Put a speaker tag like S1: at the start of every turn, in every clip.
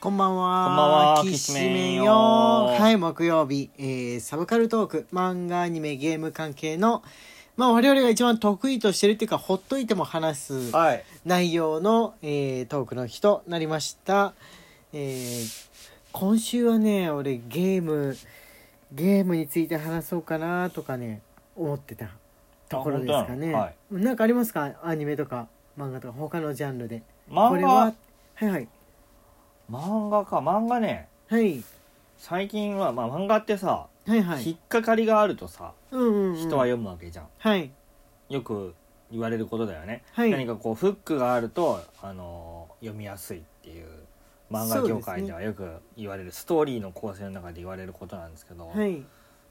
S1: こんばんは。
S2: こんばんは
S1: きしめんよ。
S2: きしめんよ
S1: はい、木曜日、えーサブカルトーク、漫画、アニメ、ゲーム関係の、まあ、我々が一番得意としてるっていうか、ほっといても話す
S2: はい
S1: 内容の、えートークの日となりました。えー今週はね、俺、ゲーム、ゲームについて話そうかなとかね、思ってたところですかね。
S2: あ本
S1: なんかありますかアニメとか、漫画とか、他のジャンルで。こ
S2: 漫
S1: れ
S2: 画
S1: は、はいはい。
S2: 漫画か漫画ね
S1: はい。
S2: 最近は、まあ、漫画ってさ、
S1: はいはい。
S2: 引っかかりがあるとさ
S1: うんうんうん、
S2: 人は読むわけじゃん、
S1: はい
S2: よく言われることだよね、
S1: はい
S2: 何かこうフックがあると、あのー読みやすいっていう漫画業界ではよく言われる、ストーリーの構成の中で言われることなんですけど、
S1: はい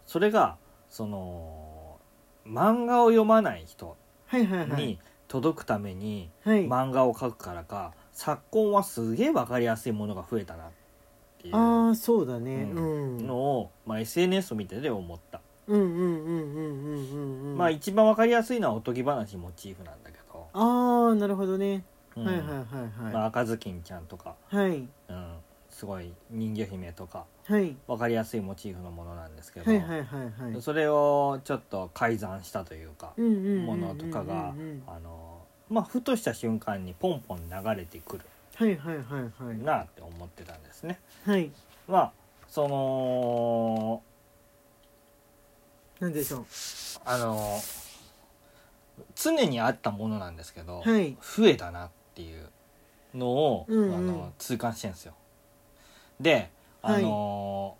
S2: それがその漫画を読まない人
S1: はいはいはい
S2: に届くために
S1: はい、
S2: 漫画を描くからか昨今はすげえ分かりやすいものが増えたなっていう
S1: あ
S2: の
S1: あそうだね、う、
S2: うん
S1: うん、
S2: を、まあ、SNS を見てで思った、
S1: うんうんうんうんうんうんうん
S2: まあ一番分かりやすいのはおとぎ話モチーフなんだけど、
S1: ああなるほどね、
S2: うん
S1: はいはいはいはい、
S2: まあ、赤ずきんちゃんとか、
S1: はい
S2: うん、すごい人魚姫とか
S1: はい
S2: 分かりやすいモチーフのものなんですけど、
S1: はいはいはいはい
S2: それをちょっと改ざんしたというか、
S1: うんうんうんうんうん
S2: ものとかがあのまあふとした瞬間にポンポン流れてくる
S1: はいはいはいはい
S2: なって思ってたんですね。
S1: はい
S2: まあその
S1: なんでしょ
S2: あの常にあったものなんですけど、
S1: うはい
S2: 増えたなっていうのを、
S1: うんうん
S2: あの痛感してるんですよ。であの、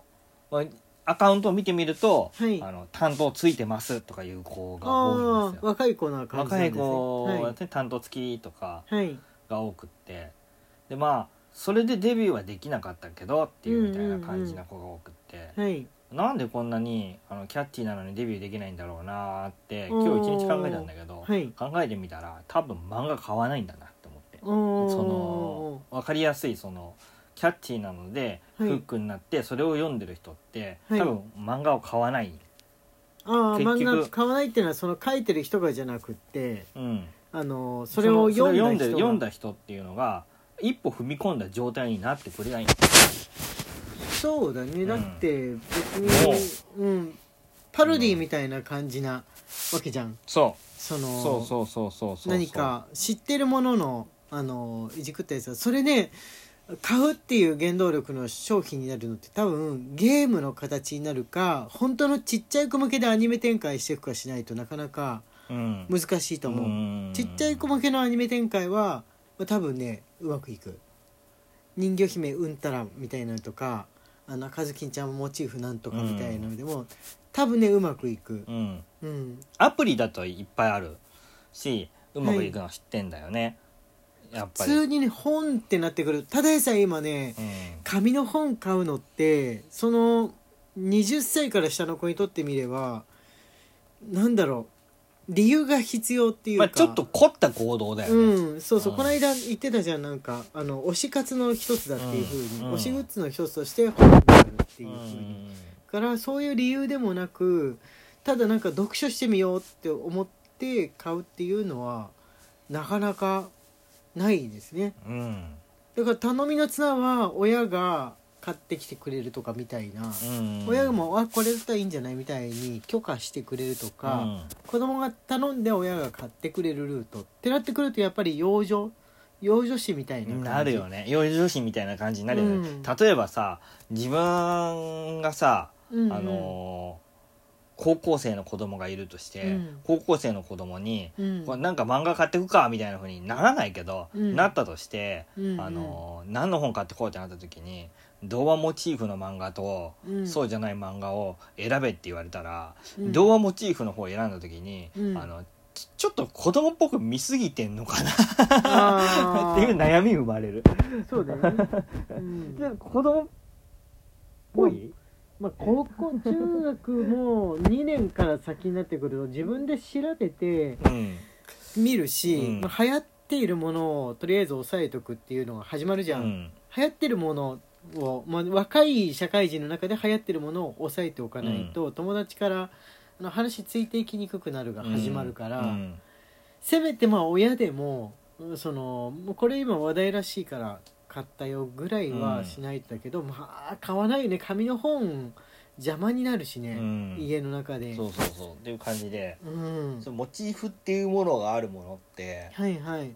S2: まあアカウントを見てみると、
S1: はい
S2: あの担当ついてますとかいう子が多いん
S1: あ
S2: で
S1: あ
S2: すよ。
S1: 若い子な感じなん
S2: 若
S1: で
S2: い
S1: すね
S2: 子は、
S1: は
S2: ね担当付きとか
S1: い、はい、
S2: が多くってでまあそれでデビューはできなかったけどっていうみたいな感じな子が多くって、
S1: はい
S2: なんでこんなにあのキャッチーなのにデビューできないんだろうなーって
S1: お
S2: 今
S1: ー
S2: 日一日考えたんだけど、
S1: はい
S2: 考えてみたら多分漫画買わないんだなって思って
S1: おー
S2: その分かりやすいそのキャッチーなので
S1: は
S2: フ
S1: い
S2: ックになってそれを読んでる人って、
S1: はい
S2: 多分漫画を買わない、
S1: ああ
S2: 結
S1: 漫
S2: 局
S1: 画買わないっていうのはその書いてる人がじゃなくって
S2: うん、
S1: あのそれを読
S2: その
S1: んだ
S2: それ
S1: 人が
S2: を読んで読んだ人っていうのが一歩踏み込んだ状態になってくれない
S1: そうだね
S2: ん
S1: だって別に、うんパロディみたいな感じなわけじゃん
S2: そ
S1: そうの
S2: そうそうそうそうそう
S1: 何か知ってるもののあのいじくったやつはそれね買うっていう原動力の商品になるのって多分ゲームの形になるか本当のちっちゃい子向けでアニメ展開していくかしないとなかなか
S2: うん
S1: 難しいと思う。
S2: うん
S1: ちっちゃい子向けのアニメ展開は、まあ、多分ねうまくいく人魚姫うんたらみたいなのとかあの赤ずきんちゃんモチーフなんとかみたいなのでも、多分ねうまくいく
S2: うん
S1: うん
S2: アプリだといっぱいあるしうまくいくのは知ってんだよね、やっ
S1: 普
S2: ぱり、う
S1: 通にね本ってなってくるただでさえ今ね
S2: ん、
S1: 紙の本買うのってその20歳から下の子にとってみればなんだろう理由が必要っていうか、
S2: まあちょっと凝った行動だよね、
S1: うん、そうそう、
S2: うん
S1: この間言ってたじゃんなんかあの推し活の一つだっていうふうに、
S2: うん
S1: 推しグッズの一つとして本になるっていううふうに、
S2: ん
S1: からそういう理由でもなくただなんか読書してみようって思って買うっていうのはなかなかないですね
S2: うん
S1: だから頼みの綱は親が買ってきてくれるとかみたいな、
S2: うん
S1: 親も「あこれだったらいいんじゃない?」みたいに許可してくれるとか、子供が頼んで親が買ってくれるルートってなってくるとやっぱり養女養女誌みたいな
S2: う
S1: 感
S2: ん
S1: じ
S2: なるよね幼女子みたいな感じになるよね、
S1: うん
S2: 例えばさ自分がさ
S1: うんうん
S2: あのー高校生の子供がいるとして、
S1: うん
S2: 高校生の子供に、
S1: うん
S2: これなんか漫画買ってくかみたいなふうにならないけど、
S1: うん
S2: なったとして、
S1: うん
S2: あのー何の本買ってこうってなった時に童話モチーフの漫画と、
S1: うん
S2: そうじゃない漫画を選べって言われたら、
S1: うん
S2: 童話モチーフの方を選んだ時に、
S1: うん
S2: あのちちょっと子供っぽく見すぎてんのかな
S1: あ
S2: っ
S1: ー
S2: ていう悩み生まれる。
S1: そうだよね、うん
S2: で子供っぽい、
S1: まあ、高校中学も2年から先になってくると自分で調べて
S2: うん
S1: 見るし、
S2: うん
S1: まあ、流行っているものをとりあえず押さえとくっていうのが始まるじ
S2: う
S1: ゃん、
S2: ん
S1: 流行ってるものを、まあ、若い社会人の中で流行ってるものを抑えておかないと、友達からあの話ついていきにくくなるが始まるから、
S2: うん
S1: せめてまあ親でもうんそのもうこれ今話題らしいから買ったよぐらいはしないとだけど、まあ買わないよね紙の本邪魔になるしね、
S2: うん
S1: 家の中で
S2: そうそうそうっていう感じで、
S1: うん
S2: そのモチーフっていうものがあるものって
S1: はいはい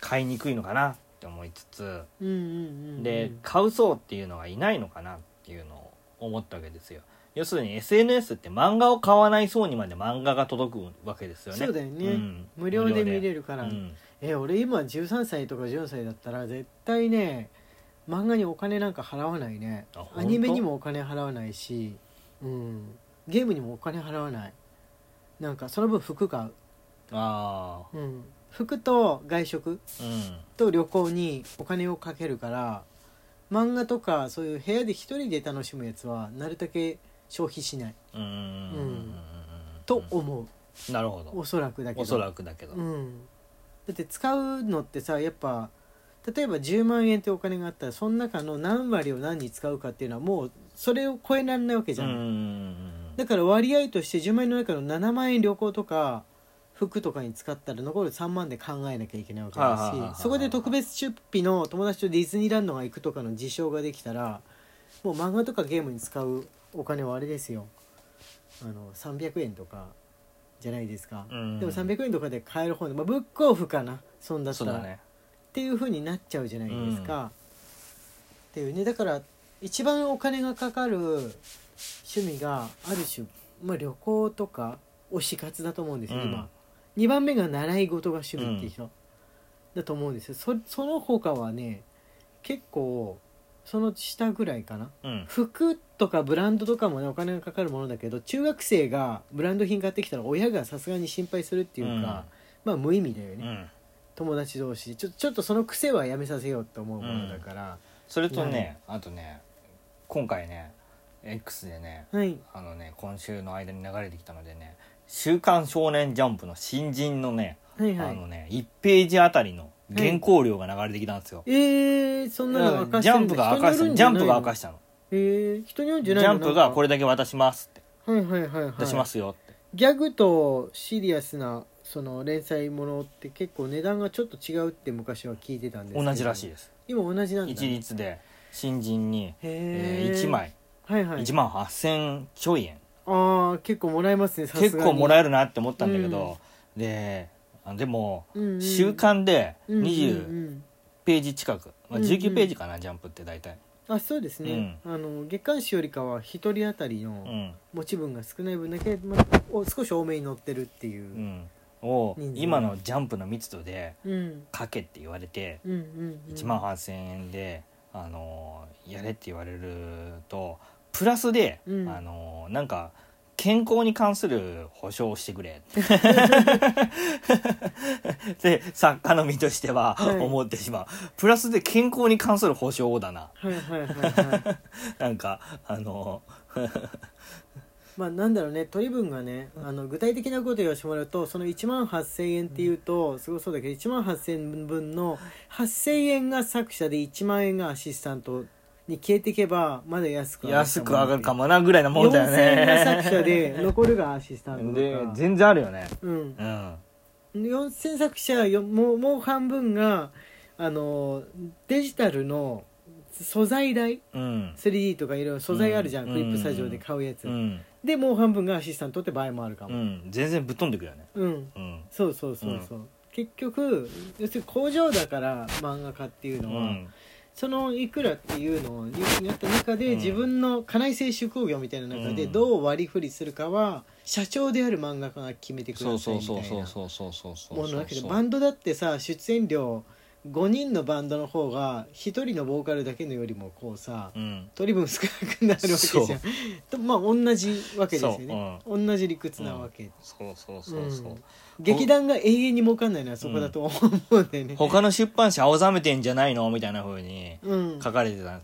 S2: 買いにくいのかなって思いつつ
S1: うんうんうん
S2: で買う層っていうのがいないのかなっていうのを思ったわけですよ要するに SNS って漫画を買わない層にまで漫画が届くわけですよね
S1: そうだよね
S2: うん
S1: 無料で見れるか
S2: 無
S1: ら、
S2: 料でうん
S1: え俺今13歳とか14歳だったら絶対ね漫画にお金なんか払わないね
S2: あ本当
S1: アニメにもお金払わないし、うん、ゲームにもお金払わないなんかその分服買
S2: あ
S1: う、うん、服と外食
S2: あうん
S1: と旅行にお金をかけるから漫画とかそういう部屋で一人で楽しむやつはなるだけ消費しない
S2: うんうんうんうんうん
S1: と思う、
S2: なるほど
S1: おそらくだけど
S2: おそらくだけど、
S1: うん、だって使うのってさやっぱ例えば10万円ってお金があったらその中の何割を何に使うかっていうのはもうそれを超えられないわけじゃん、
S2: うんうんうん
S1: だから割合として10万円の中の7万円旅行とか服とかに使ったら残る3万で考えなきゃいけないわけ
S2: はあはあはあは
S1: だ
S2: あ
S1: しそこで特別出費の友達とディズニーランドが行くとかの事象ができたらもう漫画とかゲームに使うお金はあれですよあの300円とかじゃないですか、
S2: うん
S1: でも300円とかで買える方で、まあ、ブックオフかなそんだ
S2: うん
S1: った
S2: そう
S1: ら、
S2: だね
S1: っていう風になっちゃうじゃないですか。っていうねだから一番お金がかかる趣味がある種、まあ、旅行とか推し活だと思うんですよ、
S2: うん
S1: 今2番目が習い事が趣味っていう人だと思うんですよそその他はね結構その下ぐらいかな
S2: うん
S1: 服とかブランドとかもねお金がかかるものだけど中学生がブランド品買ってきたら親がさすがに心配するっていうか、まあ無意味だよね、
S2: うん
S1: 友達同士ちょちょっとその癖はやめさせようと思うものだから、
S2: それとね、あとね今回ね X でね
S1: はい
S2: あのね今週の間に流れてきたのでね「週刊少年ジャンプ」の新人のね、
S1: はいは
S2: あ
S1: い
S2: のね1ページあたりの原稿料が流れてきたんですよ、
S1: えー、そんなの明かし
S2: ジ
S1: て
S2: ャ
S1: る
S2: ン
S1: ん
S2: プ
S1: だ
S2: が明かしたのジャンプが明か
S1: し
S2: したの
S1: えー、人によるんじ
S2: ジ
S1: ゃないの
S2: ャンプがこ
S1: れ
S2: れだけ渡しますって
S1: はいはいはいはい
S2: 出しますよって、
S1: ギャグとシリアスなその連載ものって結構値段がちょっと違うって昔は聞いてたんですけど
S2: 同じらしいです
S1: 今同じなんだ
S2: 一律で新人に、え
S1: へ
S2: ー、
S1: ー
S2: 1枚
S1: はいはい
S2: 1万8000ちょい円
S1: ああ結構もらえますねさすがに
S2: 結構もらえるなって思ったんだけど、であでも
S1: うんうん
S2: 週刊で
S1: うんうんうん
S2: 20ページ近く、まあ、
S1: うんうん
S2: 19ページかな、ジャンプって大体、
S1: あそうですね、あの月刊誌よりかは一人当たり
S2: う
S1: の
S2: ん
S1: 持ち分が少ない分だけ、まあ、お少し多めに乗ってるっていうう、
S2: ん、を
S1: 人数
S2: 今のジャンプの密度で
S1: うん、うん
S2: 書けって言われて
S1: うんうん
S2: 1万8,000円で、あのーやれって言われるとプラスで、
S1: うん
S2: あのーなんか健康に関する保証をしてく れって作家の身としては
S1: はい
S2: 思ってしまう、プラスで健康に関する保証をだな
S1: はいはいはいはい
S2: なんかあの
S1: まあなんだろうね取り分がねあの具体的なことを言わせてもらうとその1万8,000円っていうと、すごそうだけど1万8,000分の8,000円が作者で1万円がアシスタントに消えていけばまだ安く
S2: ー安く上がるか
S1: も
S2: もなぐらいなもんだよ
S1: 4,000円が
S2: ね
S1: 作者で残るがアシスタント
S2: で
S1: とか
S2: 全然あるよね
S1: うん、
S2: うん
S1: 4,000作者よもうもう半分があのデジタルの素材代
S2: うん
S1: 3D とかいろいろ素材あるじゃん、
S2: うん
S1: クリップスタジオで買うやつ、
S2: うん、
S1: でもう半分がアシスタントって場合もあるか
S2: う
S1: も、
S2: ん、全然ぶっ飛んでくるよね
S1: うん
S2: うん
S1: そうそうそうそう、結局要するに工場だから漫画家っていう
S2: う
S1: のは、
S2: ん
S1: そのいくらっていうのをやった中で、
S2: うん
S1: 自分の家内製手工業みたいな中で
S2: うん
S1: どう割り振りするかは社長である漫画家が決めてく
S2: そ
S1: だ
S2: う
S1: さ
S2: そ
S1: いうみた
S2: そう
S1: い
S2: そう
S1: な
S2: そうそうそうそう
S1: ものだけどバンドだってさ出演料5人のバンドの方が1人のボーカルだけのよりもこうさ
S2: うん
S1: 取り分少なくなるわけじゃん
S2: そう
S1: とまあ同じわけですよね、同じ理屈なわけ、
S2: そうそうそうそう、
S1: うん劇団が永遠に儲かんないのはそこだと思うんだよね、
S2: 他の出版社青ざめてんじゃないのみたいな風に
S1: うん、
S2: 書かれてた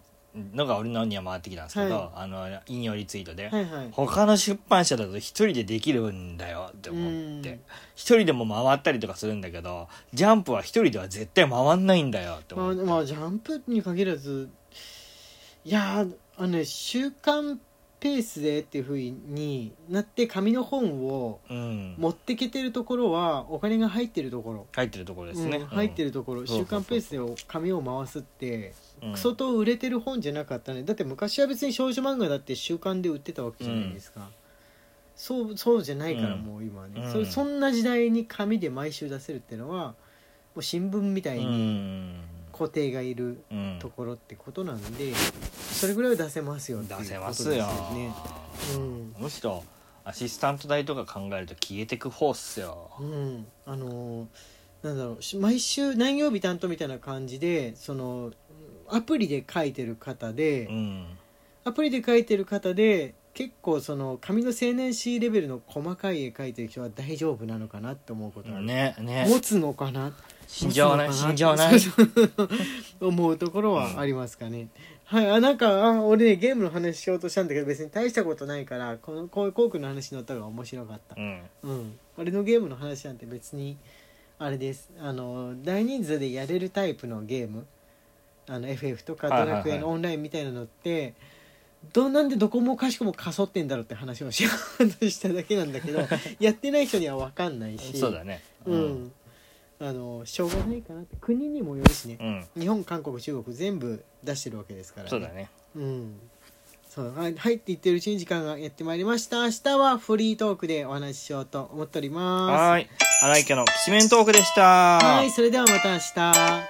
S2: のが俺のには回ってきたんですけど、
S1: はい
S2: あの引用リツイートで、
S1: はいはい
S2: 他の出版社だと一人でできるんだよって思っ
S1: う
S2: て
S1: ん
S2: 一人でも回ったりとかするんだけどジャンプは一人では絶対回んないんだよって
S1: ま
S2: 思
S1: あ、
S2: って、
S1: まあジャンプに限らずいやーあのね「週刊ペースでっていうふうになって紙の本を
S2: うん
S1: 持ってけてるところはお金が入ってるところ
S2: 入ってるところですね、
S1: うん入って
S2: る、
S1: るところ、
S2: ん
S1: 週刊ペースで紙を回すって
S2: うん
S1: 相当売れてる本じゃなかったねだって昔は別に少女漫画だって週刊で売ってたわけじゃないですか、そうそうじゃないから
S2: うん
S1: もう今はね、
S2: うん
S1: そそんな時代に紙で毎週出せるっていうのはもう新聞みた
S2: う
S1: いに
S2: ん
S1: 固定がいる
S2: うん
S1: ところってことなんで、それぐらいは出せますよっていうこと
S2: 出
S1: です
S2: せ
S1: よ
S2: ますよ
S1: ね。うん
S2: むしろアシスタント代とか考えると消えてく方っすよ
S1: うん、あのーなんだろうし毎週何曜日担当みたいな感じでそのアプリで書いてる方で、
S2: うん
S1: アプリで書いてる方で結構その紙の青年誌レベルの細かい絵描いてる人は大丈夫なのかなって思うことがある、
S2: ねね
S1: 持つのかな
S2: 死んじゃわない
S1: 持つ
S2: 死
S1: のか
S2: んじゃわない
S1: そうそう 思うところはありますかね、はいあなんかあ俺ねゲームの話しようとしたんだけど別に大したことないからこのこういうコークの話に乗った方が面白かった
S2: うん
S1: うん、俺のゲームの話なんて別にあれですあの大人数でやれるタイプのゲームあの FF とか
S2: はいは
S1: ド
S2: いはい
S1: ラクエのオンラインみたいなのって、どなんでどこもかしこもかそってんだろうって話をしようとしただけなんだ けどやってない人には分かんないし
S2: そうだね
S1: うんあのしょうがないかなって国にもよるしね
S2: う、ん
S1: 日本韓国中国全部出してるわけですから、
S2: そうだね
S1: うん。そう、はい、入っていってるうちに時間がやってまいりました。明日はフリートークでお話ししようと思っております。
S2: はーい荒井家のきしめんトークでした
S1: はい、それではまた明日。